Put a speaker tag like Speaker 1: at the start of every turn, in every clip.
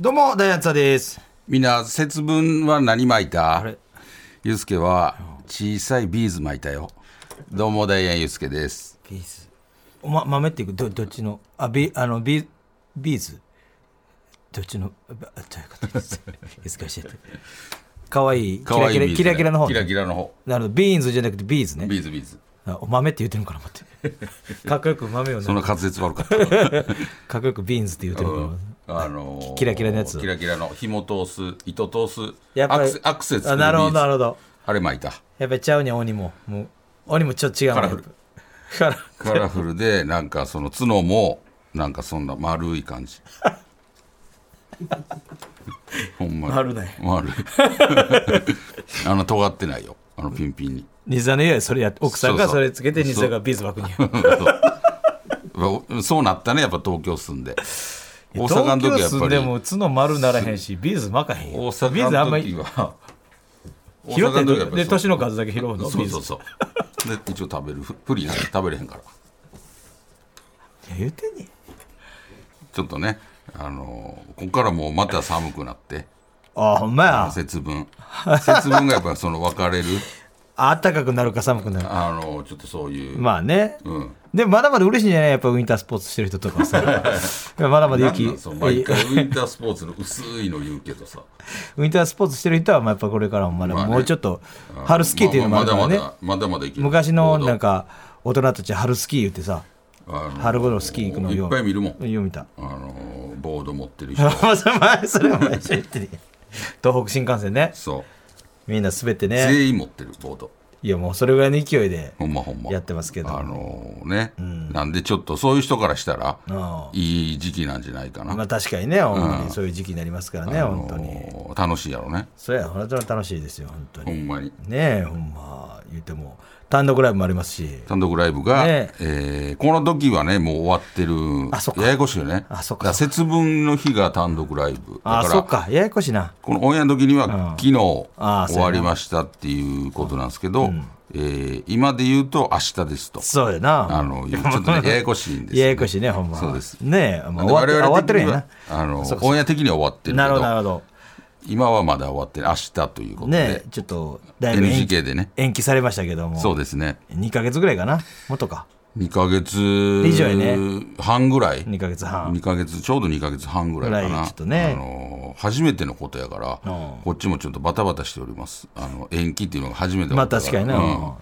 Speaker 1: どうも、ダイアンツァです。
Speaker 2: みんな節分は何巻いた
Speaker 1: れ
Speaker 2: ゆうすけは小さいビーズ巻いたよどうもダイアンゆうすけです
Speaker 1: ビーズ。おま、豆っていうか、ど、どっちの、あ、ビ、あの、ビ、ビーズ。どっちの、あ、どういうことです。難しい。可愛い、キ
Speaker 2: 可
Speaker 1: ラ
Speaker 2: 愛い
Speaker 1: キラ、
Speaker 2: ビーズだよ
Speaker 1: キラキラの方。
Speaker 2: キラキラの方
Speaker 1: なるほど、ビーンズじゃなくて、ビーズね。
Speaker 2: ビーズビーズ
Speaker 1: あお豆って言ってるのかな、待 って。かっこよく豆を
Speaker 2: その
Speaker 1: ね。
Speaker 2: 滑舌悪かった、
Speaker 1: かっこよくビーンズって言ってるのかな。
Speaker 2: あのー
Speaker 1: キラキラのやつ
Speaker 2: キラキラの紐通す糸通す
Speaker 1: やっぱ
Speaker 2: アク
Speaker 1: り
Speaker 2: セアクセス
Speaker 1: あ、なるほど、なる
Speaker 2: ほど
Speaker 1: ほど。
Speaker 2: あれ巻いた
Speaker 1: やっぱりちゃうにゃ、鬼も。もう、鬼もちょっと違うもん
Speaker 2: カラフル。
Speaker 1: カラフル
Speaker 2: カラフルでなんかその角もなんかそんな丸い感 じほんまに
Speaker 1: 丸ない
Speaker 2: 丸いあの尖ってないよあのピンピンに
Speaker 1: ニザの家はそれやって、奥さんが
Speaker 2: そう
Speaker 1: そ
Speaker 2: そう
Speaker 1: れつけて、ニザがビーズ枠に。
Speaker 2: そうそうなったねやっぱ東京住んで大
Speaker 1: 東
Speaker 2: 阪の時は
Speaker 1: 京
Speaker 2: やっぱ
Speaker 1: 住ん
Speaker 2: り
Speaker 1: でも角丸ならへんしビーズまかへん
Speaker 2: 大
Speaker 1: よビー
Speaker 2: 阪
Speaker 1: ズあんま
Speaker 2: の時
Speaker 1: り
Speaker 2: は大
Speaker 1: 拾って
Speaker 2: 阪の時はやっぱり
Speaker 1: で年の数だけ拾うの
Speaker 2: そう
Speaker 1: ビーズ
Speaker 2: そうそうで一応食べるふプリン食べれへんから
Speaker 1: いや言うてんねん
Speaker 2: ちょっとねあのーここからもうまた寒くなって
Speaker 1: あほんまや
Speaker 2: 節分節分がやっぱその分かれる
Speaker 1: あったかくなるか寒くなる
Speaker 2: あのーちょっとそういう、
Speaker 1: まあね
Speaker 2: うん
Speaker 1: でもまだまだ嬉しいんじゃないやっぱウィンタースポーツしてる人とか さまだまだ
Speaker 2: なん
Speaker 1: 雪
Speaker 2: なんそう毎
Speaker 1: ウ
Speaker 2: 回ウィンタースポーツの薄いの言うけどさ
Speaker 1: ィンタースポーツしてる人はまあやっぱこれからもまだ
Speaker 2: まあね
Speaker 1: もうちょっと春スキーっていうのもあるからね
Speaker 2: まだまだまだまだいける
Speaker 1: 昔のなんか大人たち春スキー言ってさ
Speaker 2: あのー
Speaker 1: 春頃スキー行くの
Speaker 2: い
Speaker 1: よ
Speaker 2: っぱい見るもん
Speaker 1: よう見た
Speaker 2: あのボード持ってる人
Speaker 1: それも一緒に言ってね東北新幹線ね
Speaker 2: そう
Speaker 1: みんな滑ってね
Speaker 2: 全員持ってるボード
Speaker 1: いやもうそれぐらいの勢いで。
Speaker 2: ほんまほんま
Speaker 1: やってますけど
Speaker 2: あのね、なんでちょっとそういう人からしたら
Speaker 1: ああ
Speaker 2: いい時期なんじゃないかな、
Speaker 1: まあ確かにね、ほんまにそういう時期になりますからね、
Speaker 2: あの
Speaker 1: 本当に。
Speaker 2: 楽しいやろね
Speaker 1: そうや、本当に楽しいですよ、本当
Speaker 2: ほ
Speaker 1: に。
Speaker 2: んまに
Speaker 1: ねえ、ほんま、言っても、単独ライブもありますし、
Speaker 2: 単独ライブが、
Speaker 1: ね
Speaker 2: えーこの時はねもう終わってる
Speaker 1: あそっか
Speaker 2: ややこしいよね
Speaker 1: あそっか
Speaker 2: だら節分の日が単独ライブだ
Speaker 1: あ、そっ
Speaker 2: から
Speaker 1: か、ややこしいな。
Speaker 2: このオンエアの時には、昨日
Speaker 1: ああそう
Speaker 2: 終
Speaker 1: やな
Speaker 2: わりましたっていうことなんですけど、えー今で言うと明日ですと
Speaker 1: そうや
Speaker 2: あ
Speaker 1: な。
Speaker 2: のちょ っとねややこしいんですよ
Speaker 1: ややこしいね、ほんま。
Speaker 2: そうです
Speaker 1: ねえ、まあ、終わっ
Speaker 2: 我
Speaker 1: て
Speaker 2: 々
Speaker 1: 終わってるん
Speaker 2: 的に
Speaker 1: や
Speaker 2: はあの
Speaker 1: そうかそうか
Speaker 2: オンエア的には終わって
Speaker 1: な。
Speaker 2: るけ
Speaker 1: なるほど、なるほ
Speaker 2: ど
Speaker 1: ど。
Speaker 2: 今はまだ終わってない明日ということで、
Speaker 1: ねえ、ちょっと、だいぶ延期
Speaker 2: NGK でね
Speaker 1: 延期されましたけども、
Speaker 2: そうですね
Speaker 1: 2ヶ月ぐらいかな、もっとか、
Speaker 2: 2ヶ月
Speaker 1: 以上やね
Speaker 2: 半ぐらい
Speaker 1: 2ヶ月半
Speaker 2: 2。ヶ月ちょうど2ヶ月半ぐらいか
Speaker 1: ぐら
Speaker 2: ない
Speaker 1: ちょっとね
Speaker 2: あの初めてのことやから、こっちもちょっとバタバタしておりますあの延期っていうのが初めてのことだら
Speaker 1: まあ確かにね
Speaker 2: うん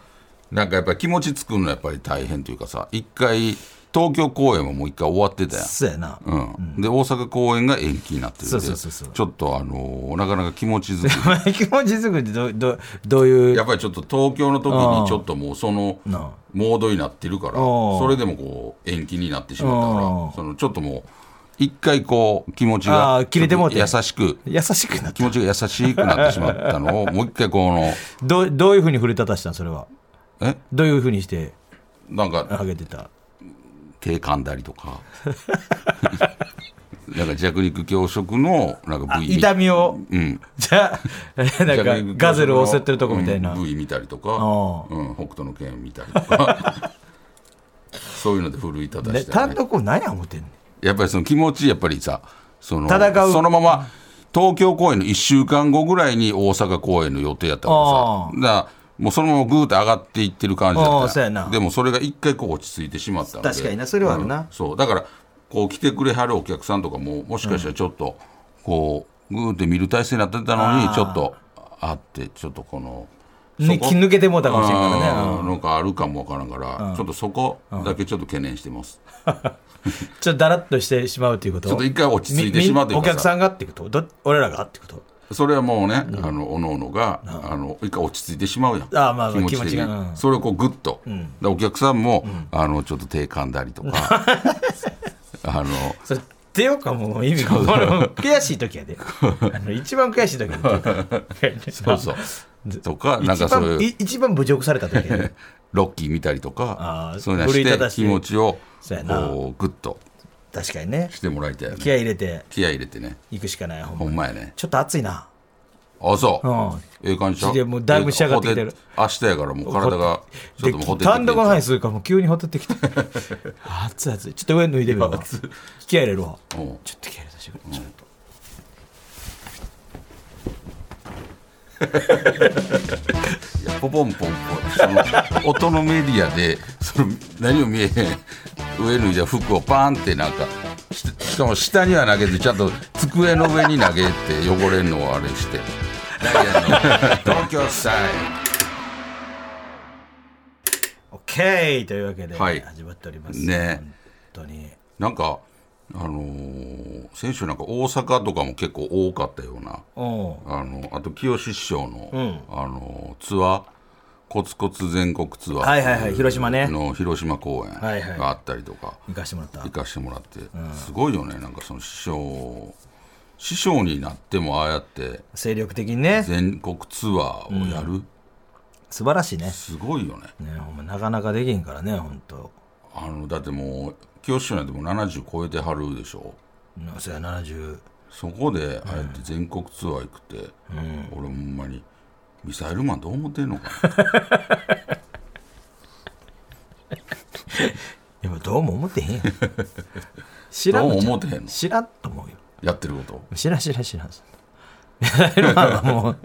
Speaker 2: なんかやっぱり気持ち作るのやっぱり大変というかさ一回東京公演ももう一回終わってたやん
Speaker 1: そうやな。
Speaker 2: うん、で大阪公演が延期になってるんで
Speaker 1: そうそうそうそう
Speaker 2: ちょっとあのーなかなか気持ちづ く
Speaker 1: 気持ち作りってどどどうい
Speaker 2: りや
Speaker 1: う
Speaker 2: っぱりちょっと東京の時にちょっともうその
Speaker 1: な
Speaker 2: モードになってるから
Speaker 1: おー
Speaker 2: それでもこう延期になってしまった
Speaker 1: お
Speaker 2: か
Speaker 1: ー
Speaker 2: らそのちょっともう一回こう気持ち
Speaker 1: あ
Speaker 2: が
Speaker 1: ー切れてもうて
Speaker 2: 優しく
Speaker 1: 優しくなっ
Speaker 2: 気
Speaker 1: た
Speaker 2: 持ちが優しくなってしまった のをもう一回この
Speaker 1: どどういうふうに触れ立たしたんそれは
Speaker 2: え
Speaker 1: どういうふうにして
Speaker 2: なんか
Speaker 1: あげてた
Speaker 2: 手噛んだり とかなんか弱肉強食のなんか V
Speaker 1: 痛みを
Speaker 2: うん
Speaker 1: じゃあ なんかガゼルを襲ってるとこみたいな、
Speaker 2: うん V 見たりとか、
Speaker 1: あ
Speaker 2: うん、北斗の拳見たりとか そういうので奮い立た
Speaker 1: ね
Speaker 2: して、
Speaker 1: 単
Speaker 2: ね、
Speaker 1: 独を何や思ってんねん
Speaker 2: やっぱりその気持ちやっぱりさその
Speaker 1: 戦う
Speaker 2: そのまま東京公演の1週間後ぐらいに大阪公演の予定やった
Speaker 1: あ
Speaker 2: からさだからもうそのままグーッと上がっていってる感じだ
Speaker 1: ああ
Speaker 2: っ
Speaker 1: そ
Speaker 2: た
Speaker 1: う
Speaker 2: や
Speaker 1: や
Speaker 2: ん
Speaker 1: な
Speaker 2: でもそれが一回こう落ち着いてしまったので
Speaker 1: 確かになそれはあるな
Speaker 2: うんそうだからこう来てくれはるお客さんとかももしかしたらちょっとこうグーッて見る体制になってたの
Speaker 1: ああ
Speaker 2: にちょっとあってちょっとこの
Speaker 1: ね
Speaker 2: そこ
Speaker 1: 気抜けてもうたかもしれんからね
Speaker 2: う
Speaker 1: うんん
Speaker 2: なんかあるかもわからんから、ちょっとそこだけちょっと懸念してます。
Speaker 1: ちょっとだらっとしてしまうということ
Speaker 2: ちょっと一回落ち着いてしまうという
Speaker 1: みみ
Speaker 2: か
Speaker 1: お
Speaker 2: さ
Speaker 1: 客さんがってことど俺らがってこと
Speaker 2: それはもうね、あの各々が、あの一回落ち着いてしまうやん。
Speaker 1: ああまあまあ
Speaker 2: 的
Speaker 1: 気
Speaker 2: に
Speaker 1: 持ちがうん
Speaker 2: それをこうグッと、で お客さんも、あのちょっと手噛んだりとか、あの
Speaker 1: それてようかもう意味がこれ もう悔しい時やであの一番悔しい時に言ってた
Speaker 2: そうそうとかなんか
Speaker 1: 一
Speaker 2: そう
Speaker 1: 番
Speaker 2: いう
Speaker 1: い一番侮辱された時やで
Speaker 2: ロッキー見たりとか
Speaker 1: あー
Speaker 2: そういうのし
Speaker 1: 奮い立
Speaker 2: て
Speaker 1: たして
Speaker 2: 気持ちを
Speaker 1: そうやな
Speaker 2: こうグッと
Speaker 1: 確かにね
Speaker 2: してもらいたいよ
Speaker 1: 気
Speaker 2: ね
Speaker 1: 合い入れて
Speaker 2: 気合い入れてね
Speaker 1: いくしかないほんま
Speaker 2: ほんまやね
Speaker 1: ちょっと暑いな
Speaker 2: あそううんええ感じちゃ
Speaker 1: でもうだいぶ仕上がってきてる
Speaker 2: ほて明日やからもう体がちょっともうほて
Speaker 1: で
Speaker 2: ってきて
Speaker 1: 単独の範囲するからもう急にほてってきて 熱い熱いちょっと上脱いでみようか気合い入れるわ
Speaker 2: うん
Speaker 1: ちょっと気合い入れさせてくれちょっと
Speaker 2: いやポポンポンポンその音のメディアでその何も見えへん上脱いじゃ服をパーンってなんかししかも下には投げてちゃんと机の上に投げて汚れんのをあれしてダイアンの東京スタイ
Speaker 1: オッケーというわけで
Speaker 2: はい
Speaker 1: 始まっております、
Speaker 2: ね
Speaker 1: 本当に
Speaker 2: ルなんかあのー先週なんか大阪とかも結構多かったような
Speaker 1: おう
Speaker 2: あのあと清志師匠の,、
Speaker 1: ん
Speaker 2: あのツアーコツコツ全国ツアー
Speaker 1: はいはいはい広島ね
Speaker 2: の広島公演
Speaker 1: はいはい
Speaker 2: があったりとか、
Speaker 1: 行かしてもらった
Speaker 2: 行かしてもらって、すごいよねなんかその師匠師匠になってもああやって
Speaker 1: 精力的にね
Speaker 2: 全国ツアーをやる、
Speaker 1: 素晴らしいね
Speaker 2: すごいよね
Speaker 1: ねほんまなかなかできんからね本当
Speaker 2: あのだってもう清志師匠なんてもう70超えてはるでしょ
Speaker 1: うんそや70
Speaker 2: そこでああやって全国ツアー行くって、俺ほんまにミサイルマンどう思ってんのかな
Speaker 1: でもどうも思ってへん やん知らんのちゃ
Speaker 2: どうも思ってへんの
Speaker 1: 知らんと思うよ
Speaker 2: やってること
Speaker 1: 知らん知らん知らん ミサイルマンはもう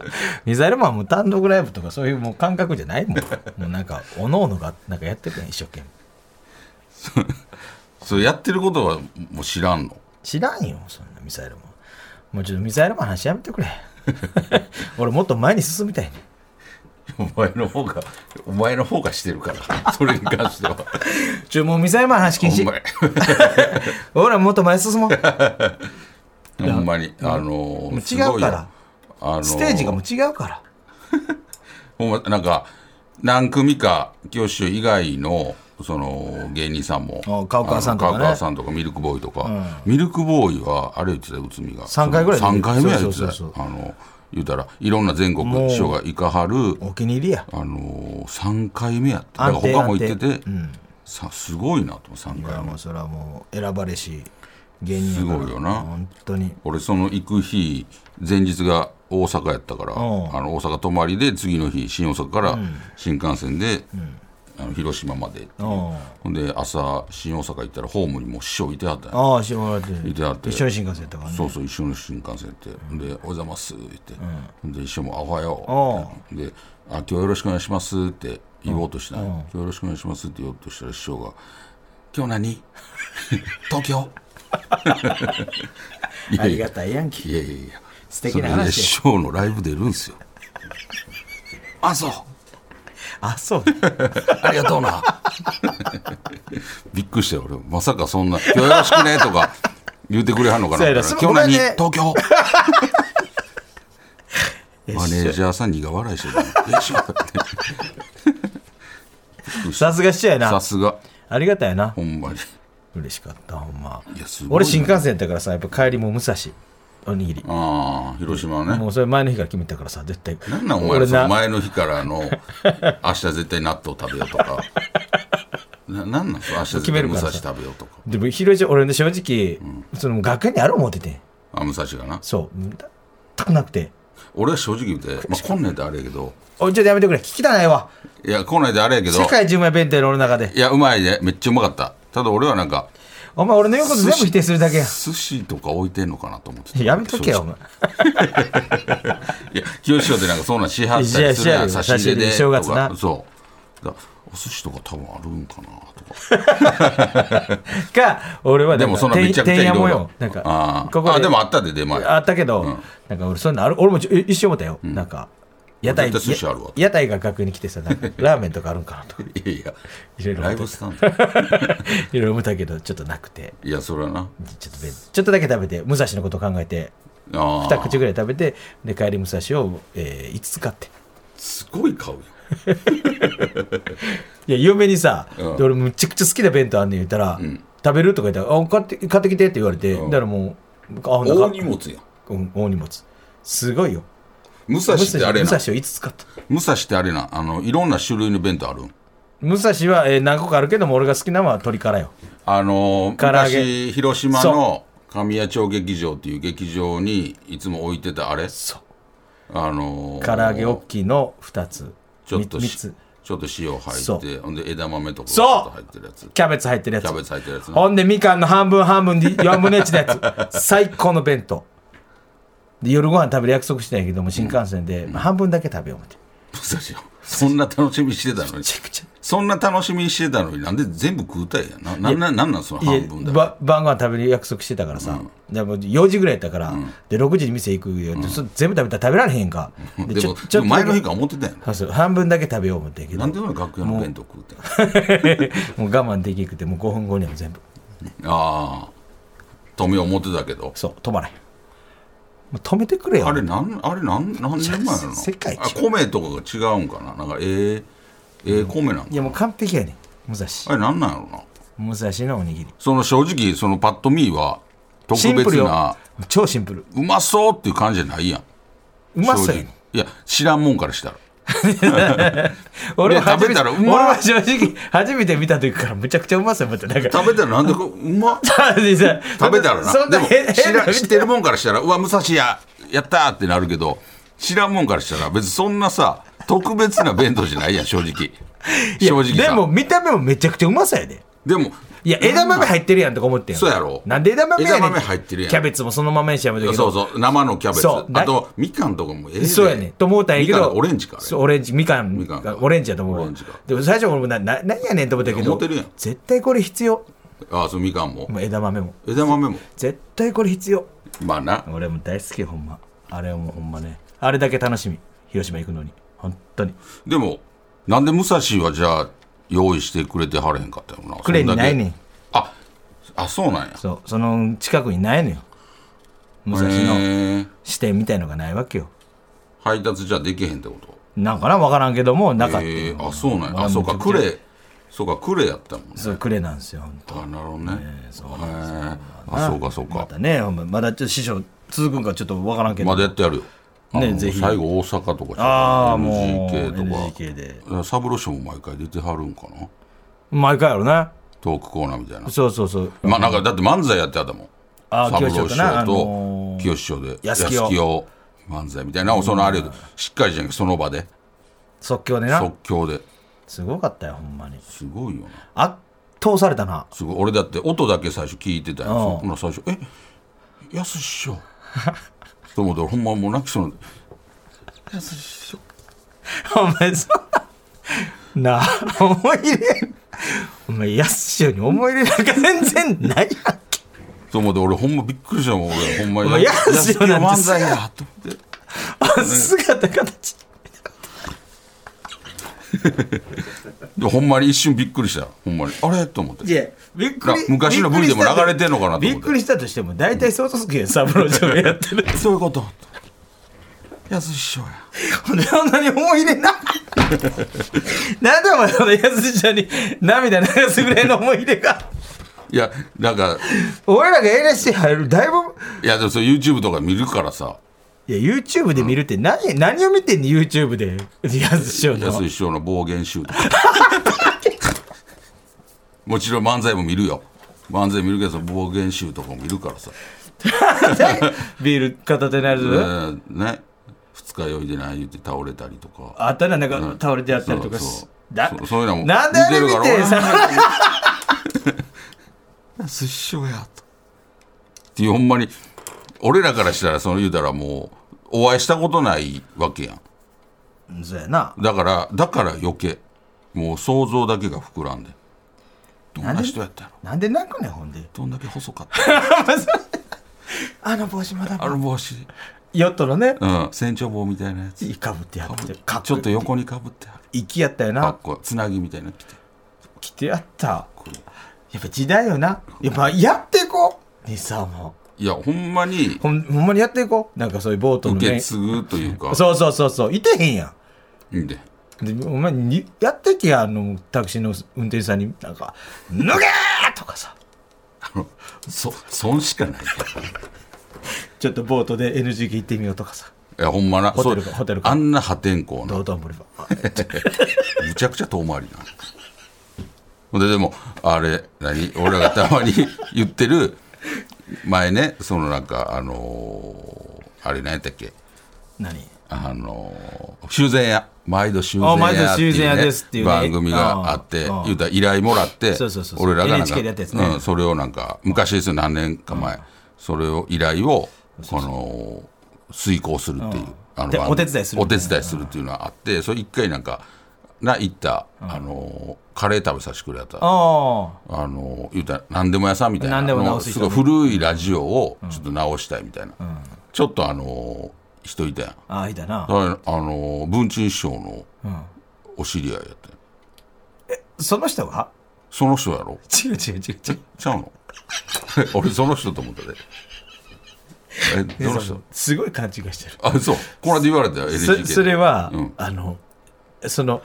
Speaker 1: ミサイルマンはもう単独ライブとかそういうもう感覚じゃないもんもうなんかおのおのがなんかやってるやん一生懸命
Speaker 2: それやってることはもう知らんの
Speaker 1: 知らんよそんなミサイルマンもうちょっとミサイルマンの話やめてくれ 俺もっと前に進みたいね
Speaker 2: お前の方がお前の方がしてるから それに関しては
Speaker 1: ちょもうミサイルマンの話禁
Speaker 2: ほん
Speaker 1: 止
Speaker 2: まに
Speaker 1: 俺らもっと前に進もう
Speaker 2: ほんまにあの
Speaker 1: もう違う
Speaker 2: すごいよ
Speaker 1: から
Speaker 2: あの
Speaker 1: ステージがもう違うから
Speaker 2: ほんまなんか何組か清志以外のその芸人さんも
Speaker 1: お川川さんとかね
Speaker 2: あの川川さんとかミルクボーイとか、ミルクボーイはあれ言ってたよ内海が
Speaker 1: 三回ぐらい出てる
Speaker 2: 3回目や言ってた
Speaker 1: そう
Speaker 2: よ
Speaker 1: そうそう
Speaker 2: あの言うたらいろんな全国師匠が行かはる
Speaker 1: お気に入りや
Speaker 2: あの3回目やってだから
Speaker 1: 安定
Speaker 2: 他も行って
Speaker 1: 安
Speaker 2: てさすごいなと3
Speaker 1: いや
Speaker 2: 回目
Speaker 1: もうそれはもう選ばれし芸人やから
Speaker 2: すごいよな
Speaker 1: 本当に
Speaker 2: 俺その行く日前日が大阪やったからあ
Speaker 1: ん
Speaker 2: の大阪泊まりで次の日新大阪から新幹線で、あの広島まで
Speaker 1: うん
Speaker 2: ほんで朝新大阪行ったらホームにもう師匠いてはったんや
Speaker 1: ああしてもらって
Speaker 2: いてはって
Speaker 1: 一緒に新幹線やったからね
Speaker 2: そうそう一緒の新幹線ってほんで「おはようございます」って言って、ほんで一緒も「おはよう」で「あ今日よろしくお願いします」って言おうとしたんや今日よろしくお願いします」って言おうとしたら師匠が「今日何 東京? い
Speaker 1: あ
Speaker 2: やいや」
Speaker 1: りがたいやんけ
Speaker 2: いやいやいや
Speaker 1: 素敵な話や
Speaker 2: それで師匠のライブ出るんですよあそう
Speaker 1: あそう
Speaker 2: ありがとうな びっくりしたよ俺まさかそんな「今日よろしくね」とか言うてくれはんのかな
Speaker 1: そうやな
Speaker 2: 今
Speaker 1: そ
Speaker 2: 日
Speaker 1: ご
Speaker 2: 何、
Speaker 1: めんね
Speaker 2: 東京
Speaker 1: いや
Speaker 2: マネージャーさん苦笑いしてるよいしょ
Speaker 1: さすがしちやな
Speaker 2: さすが
Speaker 1: ありがたいな
Speaker 2: ほんまに
Speaker 1: 嬉しかったほんま
Speaker 2: いやすごいな
Speaker 1: 俺新幹線やったからさやっぱ帰りも武蔵おにぎり
Speaker 2: ああ広島は
Speaker 1: も
Speaker 2: ね
Speaker 1: うそれ前の日から決めたからさ絶対
Speaker 2: なんなんお前ら
Speaker 1: 俺
Speaker 2: その
Speaker 1: な
Speaker 2: 前の日からの明日絶対納豆食べようとかななんなんその明日絶対武蔵食べようとか
Speaker 1: でも広島俺ね正直その学園にある思ってて
Speaker 2: あ武蔵がな
Speaker 1: そう全くなくて
Speaker 2: 俺は正直言うて、まあ、こんなんであれやけど
Speaker 1: おいちょっとやめてくれ聞きたないわ
Speaker 2: いやこんなんであれやけど
Speaker 1: 世界十枚弁当の俺の中で
Speaker 2: いやうまいねめっちゃうまかったただ俺はなんか
Speaker 1: お前俺の言うこと全部否定するだけや
Speaker 2: 寿司とか置いてんのかなと思ってた
Speaker 1: やめとけよお前
Speaker 2: いや清志郎ってなんかそんなんしはったりするや
Speaker 1: いや
Speaker 2: ん差し入れで
Speaker 1: 差し入れ正
Speaker 2: と
Speaker 1: 月
Speaker 2: か
Speaker 1: な
Speaker 2: そうだお寿司とか多分あるんかなとか
Speaker 1: か俺は
Speaker 2: で
Speaker 1: なんか
Speaker 2: もそんなめちゃくちゃ
Speaker 1: てん
Speaker 2: い
Speaker 1: や
Speaker 2: ろ
Speaker 1: も
Speaker 2: い
Speaker 1: よな
Speaker 2: ろ
Speaker 1: んか
Speaker 2: あー
Speaker 1: ここ
Speaker 2: あでもあったで出前
Speaker 1: あったけど、なんか俺そんなある俺もちょ一瞬思ったよ、なんか屋台
Speaker 2: 絶対寿司あるわ
Speaker 1: や屋台が学園に来てさなん かラーメンとかあるんかなとか
Speaker 2: いやいや
Speaker 1: いろいろ
Speaker 2: ライ
Speaker 1: 思っ
Speaker 2: ブスタ ンド
Speaker 1: ていろいろ思ったけどちょっとなくて
Speaker 2: いやそれはな
Speaker 1: ちょっと別ちょっとだけ食べて武蔵のこと考えて
Speaker 2: あ
Speaker 1: 二
Speaker 2: ー
Speaker 1: 口ぐらい食べてで帰り武蔵を、え5つ買って
Speaker 2: すごい買うよ
Speaker 1: いや嫁にさ、
Speaker 2: うん
Speaker 1: で俺むちゃくちゃ好きな弁当あんねん言ったら、食べるとか言ったら、あ買って、買ってきてって言われて、だからもう、あ、お
Speaker 2: 大荷物やん
Speaker 1: うん大荷物。すごいよ。
Speaker 2: 武蔵ってあれ
Speaker 1: 武
Speaker 2: な
Speaker 1: 蔵を5つ買った。
Speaker 2: 武蔵ってあれなあのいろんな種類の弁当あるん
Speaker 1: 武蔵は、えー何個かあるけども、俺が好きなのは鶏からよ。
Speaker 2: あの
Speaker 1: 唐揚げ
Speaker 2: 昔広島の神谷町劇場っていう劇場にいつも置いてたあれ
Speaker 1: そう。
Speaker 2: あの
Speaker 1: 唐揚げ大きいの2つ。
Speaker 2: ちょっと
Speaker 1: み
Speaker 2: し
Speaker 1: 三つ。
Speaker 2: ちょっと塩入
Speaker 1: そ
Speaker 2: ってほんで枝豆とかち
Speaker 1: そう
Speaker 2: ょっと入ってるやつ
Speaker 1: キャベツ入ってるやつ。
Speaker 2: キャベツ入ってるやつな
Speaker 1: ほんで、みかんの半分半分で4分の1のや つ。最高の弁当。で、夜ご飯食べる約束してんやけども、新幹線で、まあ半分だけ食べよう思って。
Speaker 2: 武蔵をそんな楽しみにしてたのに
Speaker 1: めちゃくちゃ。
Speaker 2: そんな楽しみにしてたのになんで全部食うたんやななんなんなんなんその
Speaker 1: いや
Speaker 2: 半分だ
Speaker 1: ば晩ご飯食べる約束してたからさ、でもう4時ぐらいやったから、で6時に店行くよって、そ全部食べたら食べられへんか、
Speaker 2: で
Speaker 1: ち
Speaker 2: も
Speaker 1: ょ
Speaker 2: でも
Speaker 1: だ
Speaker 2: 前
Speaker 1: け
Speaker 2: の日から思ってたんやろ
Speaker 1: そうそう半分だけ食べよう思ってんけど
Speaker 2: なんでお前楽屋の弁当食うてん あ
Speaker 1: もう我慢できなくてもう5分後にはもう全部
Speaker 2: あ富思ってたけど
Speaker 1: そう止まらへんもう止めてくれよ
Speaker 2: あれなんあれなん何年前な の
Speaker 1: 世界一
Speaker 2: あ米とかが違うんかななんかえー、えー、米なん
Speaker 1: いやもう完璧やねん武蔵
Speaker 2: あれなんなんやろな
Speaker 1: 武蔵のおにぎり
Speaker 2: その正直そのパッと見は特
Speaker 1: シンプル
Speaker 2: 別
Speaker 1: よ
Speaker 2: な
Speaker 1: 超シンプル
Speaker 2: うまそうっていう感じじゃないやん
Speaker 1: うまそうやねん
Speaker 2: 正直いや知らんもんからしたら
Speaker 1: 俺はい
Speaker 2: や食べたらうまい
Speaker 1: 俺は正直初めて見た時からむちゃくちゃうまそうや思ってなんか
Speaker 2: 食べたらなん でこううまっ
Speaker 1: でさ
Speaker 2: 食べたらな
Speaker 1: そん
Speaker 2: で
Speaker 1: な
Speaker 2: も
Speaker 1: 変な
Speaker 2: 知ら知ってるもんからしたらうわ武蔵ややったーってなるけど知らんもんからしたら別にそんなさ特別な弁当じゃないやん正直
Speaker 1: いや
Speaker 2: 正直さ
Speaker 1: でも見た目もめちゃくちゃうまそうやで
Speaker 2: でも
Speaker 1: いや枝豆入ってるやんとか思ってん
Speaker 2: そうやろ
Speaker 1: なんで枝豆やねん
Speaker 2: 枝豆入ってるやん
Speaker 1: キャベツもそのままにしやめとけ
Speaker 2: そうそう生のキャベツ
Speaker 1: そう
Speaker 2: あとみかんとかもええで
Speaker 1: そうやねんと思ったんやけ
Speaker 2: みか
Speaker 1: ど
Speaker 2: んオレンジかあれ
Speaker 1: そうオレンジみかん
Speaker 2: みかんか
Speaker 1: オレンジやと思う
Speaker 2: オレ
Speaker 1: わ
Speaker 2: ンジか
Speaker 1: でも最初俺もなな何やねんと思ったけ
Speaker 2: いや
Speaker 1: ど
Speaker 2: 思ってるやん
Speaker 1: 絶対これ必要
Speaker 2: あそうみかんも
Speaker 1: もう枝豆も
Speaker 2: 枝豆も
Speaker 1: 絶対これ必要
Speaker 2: まあな
Speaker 1: 俺も大好きほんまあれはもうほんまねあれだけ楽しみ広島行くのに本当に
Speaker 2: でもなんで武蔵はじゃあ用意してくれてはれへんかったよな
Speaker 1: クレーにないね
Speaker 2: そ
Speaker 1: ん
Speaker 2: だけああそうなんや
Speaker 1: そうその近くにないのよ武蔵の
Speaker 2: へえ
Speaker 1: 支店みたいのがないわけよ
Speaker 2: 配達じゃできへんってこと
Speaker 1: なんかな分からんけどもなかったよ
Speaker 2: ええあそうなん
Speaker 1: 俺
Speaker 2: や
Speaker 1: は
Speaker 2: あそうか
Speaker 1: めちゃ
Speaker 2: ク
Speaker 1: くちゃ
Speaker 2: レそうかクレやったもんね
Speaker 1: そうクレなんですよ本
Speaker 2: あなるほどねへ
Speaker 1: そう
Speaker 2: えあそうかそう
Speaker 1: 当ま
Speaker 2: か
Speaker 1: たねほんままだちょっと師匠続くんかちょっと分からんけど
Speaker 2: まだやってやるよあ
Speaker 1: ね
Speaker 2: の
Speaker 1: ぜひ
Speaker 2: 最後大阪とか
Speaker 1: ああもう
Speaker 2: NGK とか
Speaker 1: NGK で
Speaker 2: サブロ氏も毎回出てはるんかな
Speaker 1: 毎回やろな
Speaker 2: トークコーナーみたいな。
Speaker 1: そうそうそう
Speaker 2: まあなんかだって漫才やってはったもん。
Speaker 1: あー
Speaker 2: 三郎
Speaker 1: 清志
Speaker 2: 師
Speaker 1: 師匠とな
Speaker 2: 匠
Speaker 1: あの
Speaker 2: と
Speaker 1: ー
Speaker 2: 清志師匠で
Speaker 1: 屋敷を
Speaker 2: 屋敷を漫才みたいな、そのあれしっかりじゃなくてその場で
Speaker 1: 即興でな
Speaker 2: 即興で。
Speaker 1: すごかったよほんまに
Speaker 2: すごいよな。
Speaker 1: 圧倒されたな
Speaker 2: すごい。俺だって音だけ最初聞いてた
Speaker 1: う
Speaker 2: よ。
Speaker 1: ん
Speaker 2: そんな最初え安師匠 と思って俺ほんまもう泣きそうになって
Speaker 1: お前そうなあ思い入れお前安師匠に思い入れなんか全然ないやんけ
Speaker 2: と思って俺ほんまびっくりしたもん俺ほんま
Speaker 1: お前
Speaker 2: や
Speaker 1: 屋敷なんて
Speaker 2: 屋敷の漫才やと思って。
Speaker 1: あ姿形
Speaker 2: でほんまに一瞬びっくりした。ほんまにあれと思って。
Speaker 1: いやびっくり
Speaker 2: な昔の V でも流れてんのかなと思って
Speaker 1: びっくりしたとしても大体相当好きやん三郎城やってる
Speaker 2: そういうこと。安師匠や。
Speaker 1: ほんでそんなに思い入れななんでお前そんな安師匠に涙流すぐらいの思い入れが
Speaker 2: いや、なんか、
Speaker 1: 俺らが NSC 入るだいぶ
Speaker 2: いや、でもそれ YouTube とか見るからさ、
Speaker 1: いや YouTube で見るって何,、何を見てんの YouTube で安師匠の
Speaker 2: 安井師匠の暴言集とか。 もちろん漫才も見るよ。漫才見るけどその暴言集とかも見るからさ。
Speaker 1: ビール片手になる、
Speaker 2: えーね。二日酔いでない言って倒れたりとか。
Speaker 1: あったらなんか
Speaker 2: うん
Speaker 1: 倒れてやったりとかし
Speaker 2: そう
Speaker 1: だ
Speaker 2: そうそういうのも
Speaker 1: なんであれ見
Speaker 2: 見て
Speaker 1: て
Speaker 2: る
Speaker 1: ん
Speaker 2: から
Speaker 1: さ
Speaker 2: 安井師匠やと。っていうほんまに、俺らからしたらその言うたらもう、お会いしたことないわけやん。
Speaker 1: そうやな
Speaker 2: だから、だから余計。もう想像だけが膨らんで。どんな人やったの
Speaker 1: なんで泣くねんほんで
Speaker 2: どんだけ細かった
Speaker 1: あの帽子まだ
Speaker 2: あの帽子。
Speaker 1: ヨットのね
Speaker 2: うん。船長帽みたいなやつ。
Speaker 1: かぶってやって
Speaker 2: かちょっと横にかぶってある。
Speaker 1: 息やったよ
Speaker 2: かっ
Speaker 1: な
Speaker 2: こいいつなぎみたいなの着て。
Speaker 1: 来てやったやっぱ時代よなやっぱやっていこうにさも
Speaker 2: いや、ほんまに
Speaker 1: うほんほんまにやっていこうなんかそういうボートの
Speaker 2: 受
Speaker 1: ね
Speaker 2: け継ぐというか。
Speaker 1: そうそうそうそういてへんやん
Speaker 2: いいんで。
Speaker 1: でお前にやってきやあのタクシーの運転手さんになんか「脱げー!」とかさ
Speaker 2: のそ損しかない
Speaker 1: ちょっとボートで NG 行ってみようとかさ
Speaker 2: いやほんまな
Speaker 1: ホテルか
Speaker 2: そう
Speaker 1: ホテルか
Speaker 2: あんな破天荒な
Speaker 1: 道頓堀は
Speaker 2: むちゃくちゃ遠回りなほんででもあれ何俺らがたまに言ってる前ねそのなんかあのーあれ何やったっけ
Speaker 1: 何
Speaker 2: あのー修繕屋毎度修繕屋
Speaker 1: あ毎度修繕屋ですっていうね
Speaker 2: 番組があって
Speaker 1: うんうん
Speaker 2: 言うたら依頼もらって
Speaker 1: そうそうそうそう
Speaker 2: 俺らがなんか
Speaker 1: NHK でやったやつね
Speaker 2: うん、それをなんか昔ですよ何年か前、それを依頼をこの遂行するっていう、あの
Speaker 1: で
Speaker 2: 番組
Speaker 1: お手伝いする
Speaker 2: お手伝いするっていうのがあって、それ一回なんかな行った、あのーカレー食べさせてくれやった
Speaker 1: ああ
Speaker 2: あの言うたら何でも屋さんみたいな
Speaker 1: 何でも直す
Speaker 2: す
Speaker 1: 人
Speaker 2: ごい古いラジオをちょっと直したいみたいな、ちょっとあの人いたやん
Speaker 1: ああいいだな
Speaker 2: だからあの文珍師匠のお知り合いやって
Speaker 1: その人が
Speaker 2: その人やろ
Speaker 1: 違う違う違う違う
Speaker 2: ちゃうの 俺その人と思ったでえどの
Speaker 1: そ
Speaker 2: 人
Speaker 1: うすごい勘違いしてる
Speaker 2: あそうこの間言われたよ NHK
Speaker 1: そ
Speaker 2: で
Speaker 1: それは、
Speaker 2: うん
Speaker 1: あのその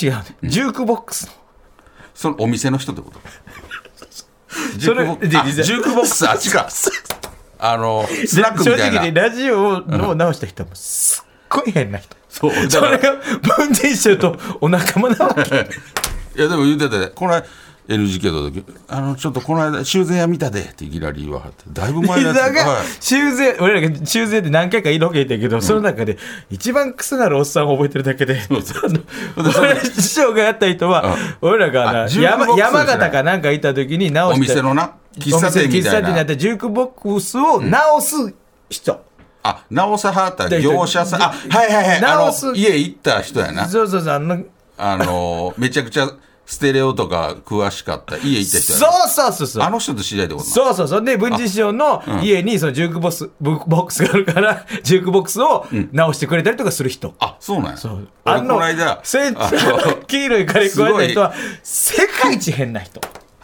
Speaker 1: 違うねジュークボックスの
Speaker 2: そのお店の人ってことジ
Speaker 1: そ
Speaker 2: ュ
Speaker 1: れ
Speaker 2: ークボ
Speaker 1: で
Speaker 2: あ
Speaker 1: で
Speaker 2: ジュークボックスあっち かあのスナックみ
Speaker 1: 正
Speaker 2: たいな
Speaker 1: 直ねラジオの直した人もすっごい変な人
Speaker 2: そうだ
Speaker 1: そ
Speaker 2: から
Speaker 1: れが文人師匠とお仲間なわけ
Speaker 2: いやでも言うてたで、この間 NGK の時あのちょっとこの間修繕屋見たでっていきなり言わはってだいぶ前のやつ
Speaker 1: だ
Speaker 2: は
Speaker 1: が
Speaker 2: い
Speaker 1: 修繕俺らが修繕で何回か色けてるけど、その中で一番癖のあるおっさんを覚えてるだけであの俺ら師匠がやった人は、俺らがな
Speaker 2: あジュークボ
Speaker 1: 山
Speaker 2: ックスですね
Speaker 1: 山形かなんかいた時に直
Speaker 2: お
Speaker 1: して
Speaker 2: 店のな喫茶
Speaker 1: お
Speaker 2: 店
Speaker 1: 店喫
Speaker 2: みた
Speaker 1: 茶店
Speaker 2: い
Speaker 1: にあ
Speaker 2: な
Speaker 1: ったジュークボックスを直す人、
Speaker 2: あ直さはった
Speaker 1: で
Speaker 2: 業者さんあはいはいはい
Speaker 1: 直
Speaker 2: あ
Speaker 1: す
Speaker 2: の家行った人やな
Speaker 1: そうそうそうあの
Speaker 2: あのめちゃくちゃステレオとか詳しかった家行った人や
Speaker 1: そ
Speaker 2: な
Speaker 1: うそうそうそう
Speaker 2: あの人と知り合いってことな
Speaker 1: そうそうそう。で、文治師匠の家にそのジュークボス、ボックスがあるから、ジュークボックスを直してくれたりとかする人。
Speaker 2: あそうなんや
Speaker 1: そう
Speaker 2: 俺この間
Speaker 1: せん
Speaker 2: あの
Speaker 1: 黄色いカレー食われた人は、世界一変な人。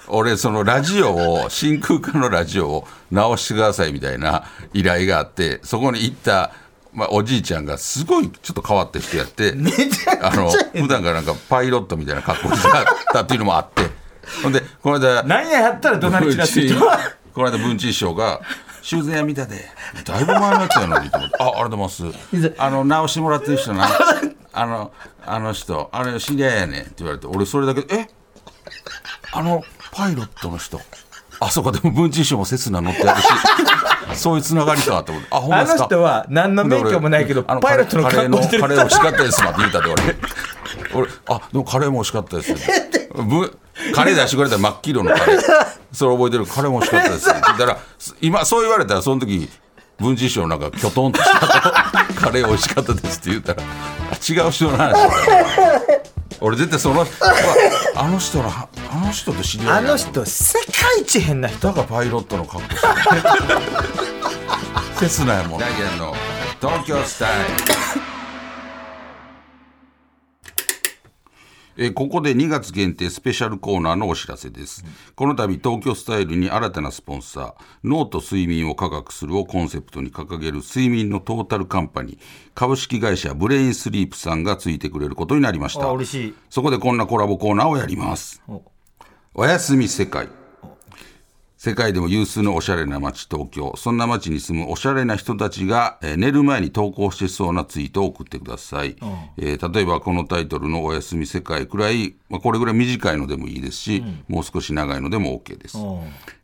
Speaker 2: 俺そのラジオを真空管のラジオを直してくださいみたいな依頼があってそこに行った、まあ、おじいちゃんがすごいちょっと変わった人やって
Speaker 1: めちゃくちゃ
Speaker 2: あの
Speaker 1: 変
Speaker 2: 普段からなんかパイロットみたいな格好してたっていうのもあってほんでこの間
Speaker 1: 何ややったら怒鳴り散らす人は、
Speaker 2: この間文鎮師匠が修繕屋見たでだいぶ前のやつやのにと思ってあありがとうございますあの直してもらってる人なあのあの人あれ知り合いやねんって言われて俺それだけえあのパイロットの人あそうかでも文鎮師匠も刹那乗ってあるしそういうつながりかと思ってあほんま
Speaker 1: あ
Speaker 2: です
Speaker 1: の
Speaker 2: か
Speaker 1: 人は何の免許もないけど、
Speaker 2: あの
Speaker 1: パイロットの格好してる
Speaker 2: カレーのカレー美味
Speaker 1: 人。
Speaker 2: しかったですまって言うたで俺俺あでもカレーも美味しかったですぶカレー出してくれたら真っ黄色のカレーそれ覚えてるカレーも美味しかったですって言ったらす今そう言われたらその時文治師匠なんかきょとんとした顔カレー美味しかったですって言ったらあ違う人の話だ俺絶対そのうわあの人のはあの人と知り合
Speaker 1: あ
Speaker 2: いや
Speaker 1: の人、世界一変な人
Speaker 2: だ。からパイロットの格好 してる切ないもんダイアンの東京スタイルえーここで2月限定スペシャルコーナーのお知らせです、この度東京スタイルに新たなスポンサー「脳と睡眠を科学する」をコンセプトに掲げる睡眠のトータルカンパニー株式会社ブレインスリープさんがついてくれることになりました
Speaker 1: あ嬉しい
Speaker 2: そこでこんなコラボコーナーをやります
Speaker 1: お
Speaker 2: おやすみ世界世界でも有数のおしゃれな街東京そんな街に住むおしゃれな人たちが、えー寝る前に投稿してそうなツイートを送ってください、えー例えばこのタイトルの「おやすみ世界」くらい、まあ、これぐらい短いのでもいいですし、もう少し長いのでも OK です、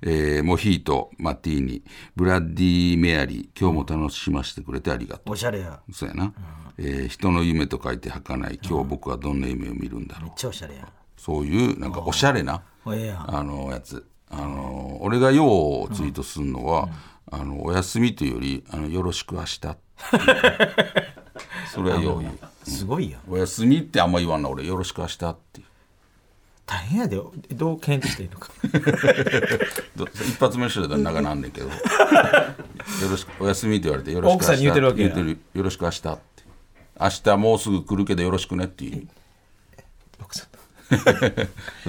Speaker 2: えーモヒートマティーニブラッディ・メアリー今日も楽しませてくれてありがとう
Speaker 1: おしゃれや。
Speaker 2: そうやな、えー人の夢と書いて儚い今日僕はどんな夢を見るんだろう、
Speaker 1: 超おしゃれや。
Speaker 2: そういうなんかおしゃれな、
Speaker 1: ええやん。
Speaker 2: あのやつあの俺がようツイートするのは「あのおやすみ」というより「あのよろしく明 日」それはよう言う
Speaker 1: すごいやん。
Speaker 2: 「おやすみ」ってあんま言わんな俺「よろしく明日」っていう
Speaker 1: 大変やで。どう検知していい のか。
Speaker 2: ど一発目の人だったら長なんねんけ ど「よろしくおやすみ」って言われて「よろしく明
Speaker 1: 奥
Speaker 2: 日」
Speaker 1: さんに言うてるわけや
Speaker 2: 言うてるよろしく明日」って「明日もうすぐ来るけどよろしくね」っていう
Speaker 1: 奥さん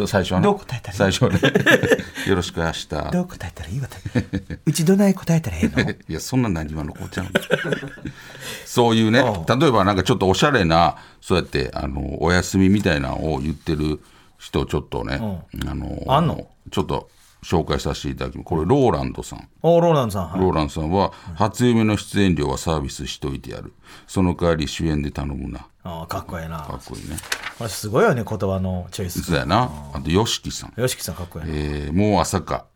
Speaker 2: 最初はね
Speaker 1: どう答えたらいい
Speaker 2: 最初はね「よろしく明日」
Speaker 1: どう答えたらいい わて。うちどない答えたらええの
Speaker 2: いやそんな何は残っちゃうんだ そういうね例えばなんかちょっとおしゃれなそうやってあのお休みみたいなのを言ってる人をちょっとね、あの
Speaker 1: あんの
Speaker 2: ちょっと紹介させていただきますこれローランドさん
Speaker 1: おローランドさん、はい
Speaker 2: ローランさんは初夢の出演料はサービスしといてやるその代わり主演で頼むな
Speaker 1: あーかっこええ
Speaker 2: か
Speaker 1: な
Speaker 2: っこいいね
Speaker 1: これすごいよね言葉のチョイス
Speaker 2: そうやなあと YOSHIKI さん
Speaker 1: よしきさんかっこええな、
Speaker 2: えーもう朝か、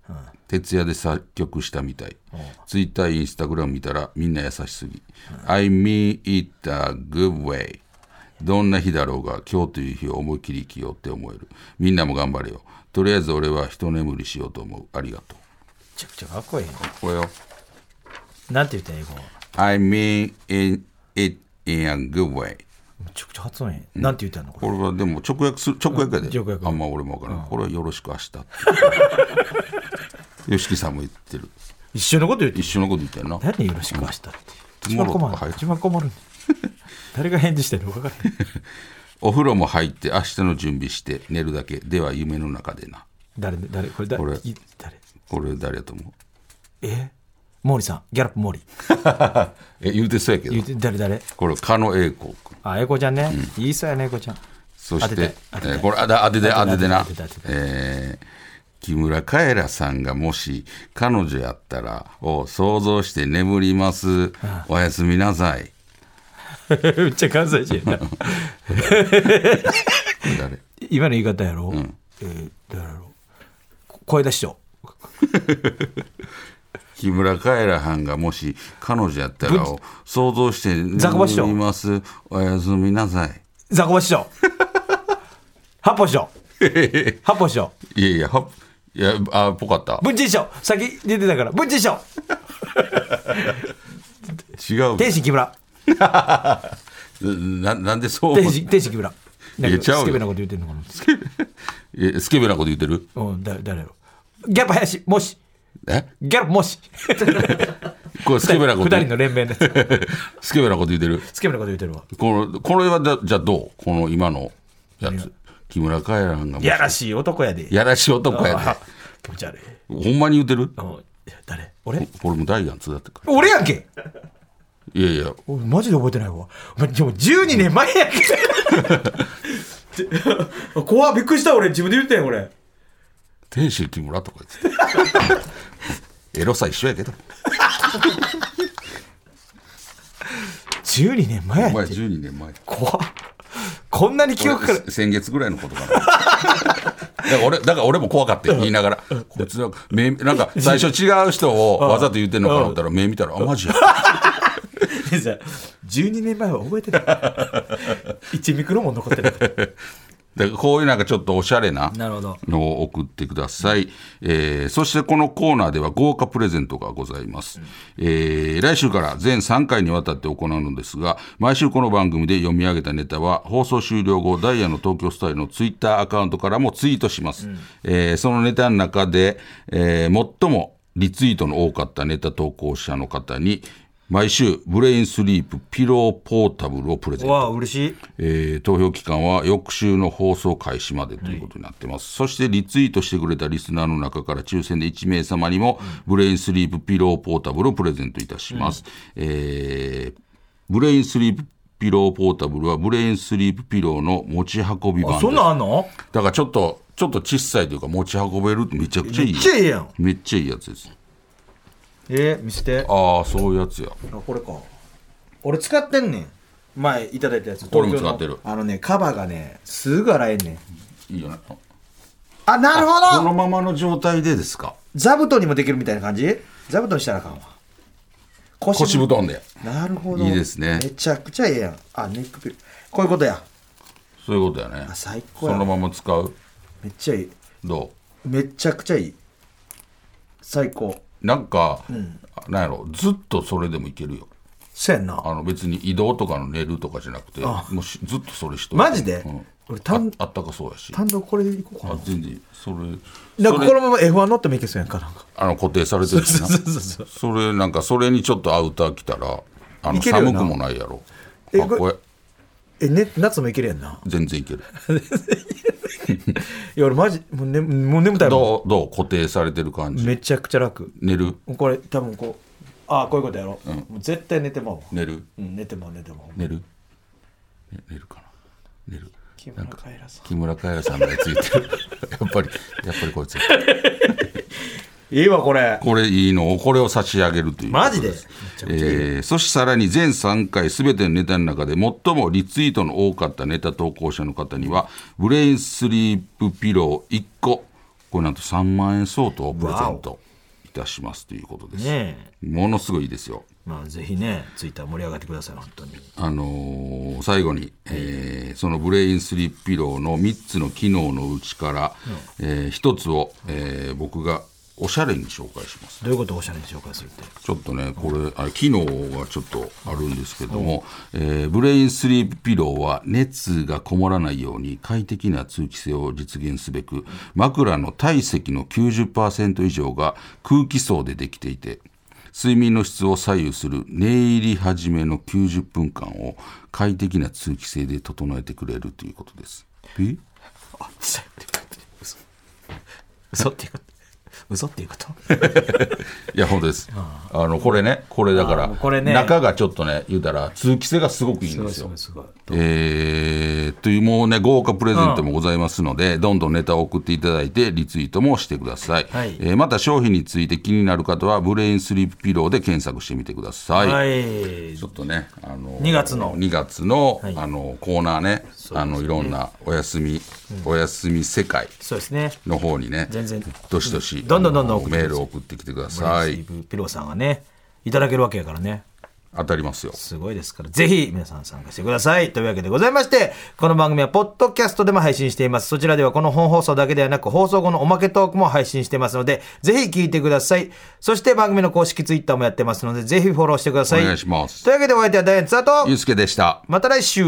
Speaker 2: 徹夜で作曲したみたい、ツイッターインスタグラム見たらみんな優しすぎ、I mean it a good way どんな日だろうが今日という日を思い切り生きようって思えるみんなも頑張れよとりあえず俺は一眠りしようと思うありがと
Speaker 1: めちゃくちゃかっこいいね
Speaker 2: うこれよ
Speaker 1: なんて言ったら英語
Speaker 2: I mean it, it in a good way
Speaker 1: めちゃくちゃ発音いい、なんて言ったのこ
Speaker 2: これはでも直訳する直訳やで
Speaker 1: 直訳
Speaker 2: あんま俺も分からん、これはよろしく明 日吉木さんも言ってる
Speaker 1: れ一緒のこと言って
Speaker 2: 一緒のこと言ったよな
Speaker 1: 何でよろしく明日って一
Speaker 2: モ
Speaker 1: 番
Speaker 2: ロッコ
Speaker 1: 困る
Speaker 2: 入る
Speaker 1: 一番困る誰が返事してるの分からへん
Speaker 2: お風呂も入って明日の準備して寝るだけでは夢の中でな
Speaker 1: 誰で誰これ誰
Speaker 2: これ
Speaker 1: い誰
Speaker 2: これ誰やと思う
Speaker 1: え毛利さんギャラップ毛利
Speaker 2: え言うてそうやけど
Speaker 1: 言うて誰誰
Speaker 2: これ狩野英孝君
Speaker 1: あ英子ちゃんね、言いそうやね英子ちゃん
Speaker 2: そし
Speaker 1: 当て
Speaker 2: て
Speaker 1: て
Speaker 2: え
Speaker 1: 当てて
Speaker 2: ーこれあだ当てて
Speaker 1: 当
Speaker 2: 当
Speaker 1: てて
Speaker 2: ててな
Speaker 1: 当てて当てて
Speaker 2: えー木村カエラさんがもし彼女やったらを想像して眠りますおやすみなさい
Speaker 1: めっちゃ関西人やな
Speaker 2: 誰
Speaker 1: 今の言い方やろ、えー誰やろこ声出し長
Speaker 2: 木村カエラはんがもし彼女やったらを想像して
Speaker 1: ザコバ師匠
Speaker 2: 眠りますおやすみなさい
Speaker 1: ザコバ師 匠八方師匠八方師 匠
Speaker 2: いやいやはいやあぽかった
Speaker 1: 文珍師匠先出てたから文珍師匠
Speaker 2: 違う
Speaker 1: 天心木村
Speaker 2: ななんでそう思
Speaker 1: 天
Speaker 2: う
Speaker 1: 心天心木村なん
Speaker 2: いや
Speaker 1: か
Speaker 2: ちゃうよ
Speaker 1: スケベなこと言ってんのかな
Speaker 2: えスケベなこと言ってる
Speaker 1: うん、だ誰やろギャップ林もし
Speaker 2: え
Speaker 1: ギャップもし
Speaker 2: これスケベなこと
Speaker 1: 二人の連名のやつ
Speaker 2: スケベなこと言ってる
Speaker 1: スケベなこと言ってるわ
Speaker 2: このこれはだじゃあどうこの今のやつ木村カエラがもし
Speaker 1: やらしい男やで
Speaker 2: やらしい男や
Speaker 1: あ
Speaker 2: で
Speaker 1: 気持ち悪い
Speaker 2: ほんまに言ってる
Speaker 1: うんいや誰俺
Speaker 2: これもダイアンツだったか
Speaker 1: 俺やんけ
Speaker 2: らいやいや
Speaker 1: 俺マジで覚えてないわお前でも12年前やん け怖っびっくりした俺自分で言ってんやん俺
Speaker 2: 天使木村とか言って エロさ一緒やけど
Speaker 1: 12年前
Speaker 2: お
Speaker 1: や
Speaker 2: 前
Speaker 1: って
Speaker 2: 12年前
Speaker 1: 怖っこんなに記憶から
Speaker 2: 俺先月ぐらいのことかな だから俺だから俺も怖かったよ言いながらこいつなんか目なんか最初違う人をわざと言ってんのかなと思ったら目見たらあマジや
Speaker 1: じゃあ12年前は覚えてない 1ミクロも残ってなかった
Speaker 2: だからこういうなんかちょっとおしゃれな
Speaker 1: なるほど
Speaker 2: のを送ってください、えーそしてこのコーナーでは豪華プレゼントがございます、えー来週から全3回にわたって行うのですが毎週この番組で読み上げたネタは放送終了後ダイヤの東京スタイルのツイッターアカウントからもツイートします、えーそのネタの中で、えー最もリツイートの多かったネタ投稿者の方に毎週ブレインスリープピローポータブルをプレゼント
Speaker 1: わあ嬉しい
Speaker 2: えー投票期間は翌週の放送開始までということになってます、そしてリツイートしてくれたリスナーの中から抽選で1名様にもブレインスリープピローポータブルをプレゼントいたします、えーブレインスリープピローポータブルはブレインスリープピローの持ち運び版です
Speaker 1: そんなんあんの
Speaker 2: だからちょっとちょっと小さいというか持ち運べるってめちゃくちゃいい
Speaker 1: めっちゃええやん
Speaker 2: めっちゃいいやつです
Speaker 1: えー、見せてあ
Speaker 2: ああそういうやつや
Speaker 1: これか俺使ってんねん前いただいたやつ
Speaker 2: 俺も使ってる
Speaker 1: 東京のあのねカバーがねすぐ洗えんねん
Speaker 2: いいよね
Speaker 1: あなる
Speaker 2: こ
Speaker 1: ほ
Speaker 2: の
Speaker 1: ど
Speaker 2: ままの状態でですか
Speaker 1: 座布団にもできるみたいな感じ座布団にしたらあかんわ腰
Speaker 2: 腰布団で
Speaker 1: なるほど
Speaker 2: いいですね
Speaker 1: めちゃくちゃええやんあネックピルこういうことや
Speaker 2: そういうことやね
Speaker 1: あ最高
Speaker 2: そ
Speaker 1: や
Speaker 2: のまま使う
Speaker 1: めっちゃいい
Speaker 2: どう
Speaker 1: めちゃくちゃいい最高
Speaker 2: なんか、なんやろずっとそれでもいけるよ
Speaker 1: そうやんな
Speaker 2: あの別に移動とかの寝るとかじゃなくてもうしずっとそれしといて
Speaker 1: マジで、
Speaker 2: うん
Speaker 1: 俺単
Speaker 2: ああったかそうやし
Speaker 1: 単独これでいこうか
Speaker 2: あ全然それ
Speaker 1: ななん
Speaker 2: そ
Speaker 1: か
Speaker 2: れ
Speaker 1: このまま F1 乗ってもいけそうやんかなんか
Speaker 2: あの固定されてるしなそれなんかそれにちょっとアウター着たらあ
Speaker 1: い
Speaker 2: の
Speaker 1: けるよな
Speaker 2: 寒くもないやろ
Speaker 1: え
Speaker 2: かっこえ
Speaker 1: え、ね、夏もいけるやんな
Speaker 2: え全然いける
Speaker 1: いや俺マジもう,、ね、もう眠たいも
Speaker 2: どうどう固定されてる感
Speaker 1: ん
Speaker 2: じ
Speaker 1: めちゃくちゃ楽
Speaker 2: 寝る
Speaker 1: もうこれ多分こうああこういうことやろ、もう絶対寝てまうわ、
Speaker 2: 寝る
Speaker 1: うん、寝てまう寝てまう
Speaker 2: 寝るね寝るかな寝る
Speaker 1: 木村カエラさん
Speaker 2: 木村カエラさんのやつ言ってるやっぱりやっぱりこいつ
Speaker 1: いいわ、これ。
Speaker 2: これいいのをこれを差し上げるという
Speaker 1: マジで
Speaker 2: えーそしてさらに全3回すべてのネタの中で最もリツイートの多かったネタ投稿者の方にはブレインスリープピロー1個これなんと3万円相当をプレゼントいたしますということです、
Speaker 1: ねえ。
Speaker 2: ものすごいいいですよ
Speaker 1: まあ、ぜひね、ツイッター盛り上がってください、本当に。
Speaker 2: あのー最後に、えーそのブレインスリープピローの3つの機能のうちから、え1つを、えー僕がおしゃれに紹介します
Speaker 1: どういうことをおしゃれに紹介するって。
Speaker 2: ちょっとね、これ、あ機能がちょっとあるんですけども、えーブレインスリープピローは熱がこもらないように快適な通気性を実現すべく、枕の体積の90%以上が空気層でできていて、睡眠の質を左右する寝入り始めの90分間を快適な通気性で整えてくれるということです。え
Speaker 1: 嘘って嘘嘘っていうこと嘘っていうこと
Speaker 2: いや、本当です。あの、これね、これだか
Speaker 1: あ
Speaker 2: ら、
Speaker 1: ーこれね
Speaker 2: 中がちょっとね、言うたら通気性がすごくいいんですよ。
Speaker 1: すごい。
Speaker 2: えー、というもうね豪華プレゼントもございますので、どんどんネタを送っていただいてリツイートもしてください、
Speaker 1: はい
Speaker 2: えーまた商品について気になる方はブレインスリープピローで検索してみてください、
Speaker 1: はい
Speaker 2: ちょ。っとね、あの
Speaker 1: 2月の
Speaker 2: 2月の,、
Speaker 1: い
Speaker 2: あのコーナーねあのいろんなお休み、お休み世界
Speaker 1: そうですね。
Speaker 2: の方にね
Speaker 1: 全然
Speaker 2: どしどし
Speaker 1: どんどんどんどん
Speaker 2: あの
Speaker 1: 送って
Speaker 2: メ
Speaker 1: ください
Speaker 2: ールを送ってきてくだ
Speaker 1: は
Speaker 2: さ
Speaker 1: い
Speaker 2: い。
Speaker 1: ピローさんがね、いただけるわけやからね。
Speaker 2: 当たりますよ
Speaker 1: すごいですから、ぜひ皆さん参加してください。というわけでございまして、この番組はポッドキャストでも配信しています。そちらではこの本放送だけではなく、放送後のおまけトークも配信してますので、ぜひ聞いてください。そして番組の公式ツイッターもやってますので、ぜひフォローしてください。
Speaker 2: お願いします
Speaker 1: というわけでお相手はダイアンツアと
Speaker 2: ゆ、うすけでした
Speaker 1: また来週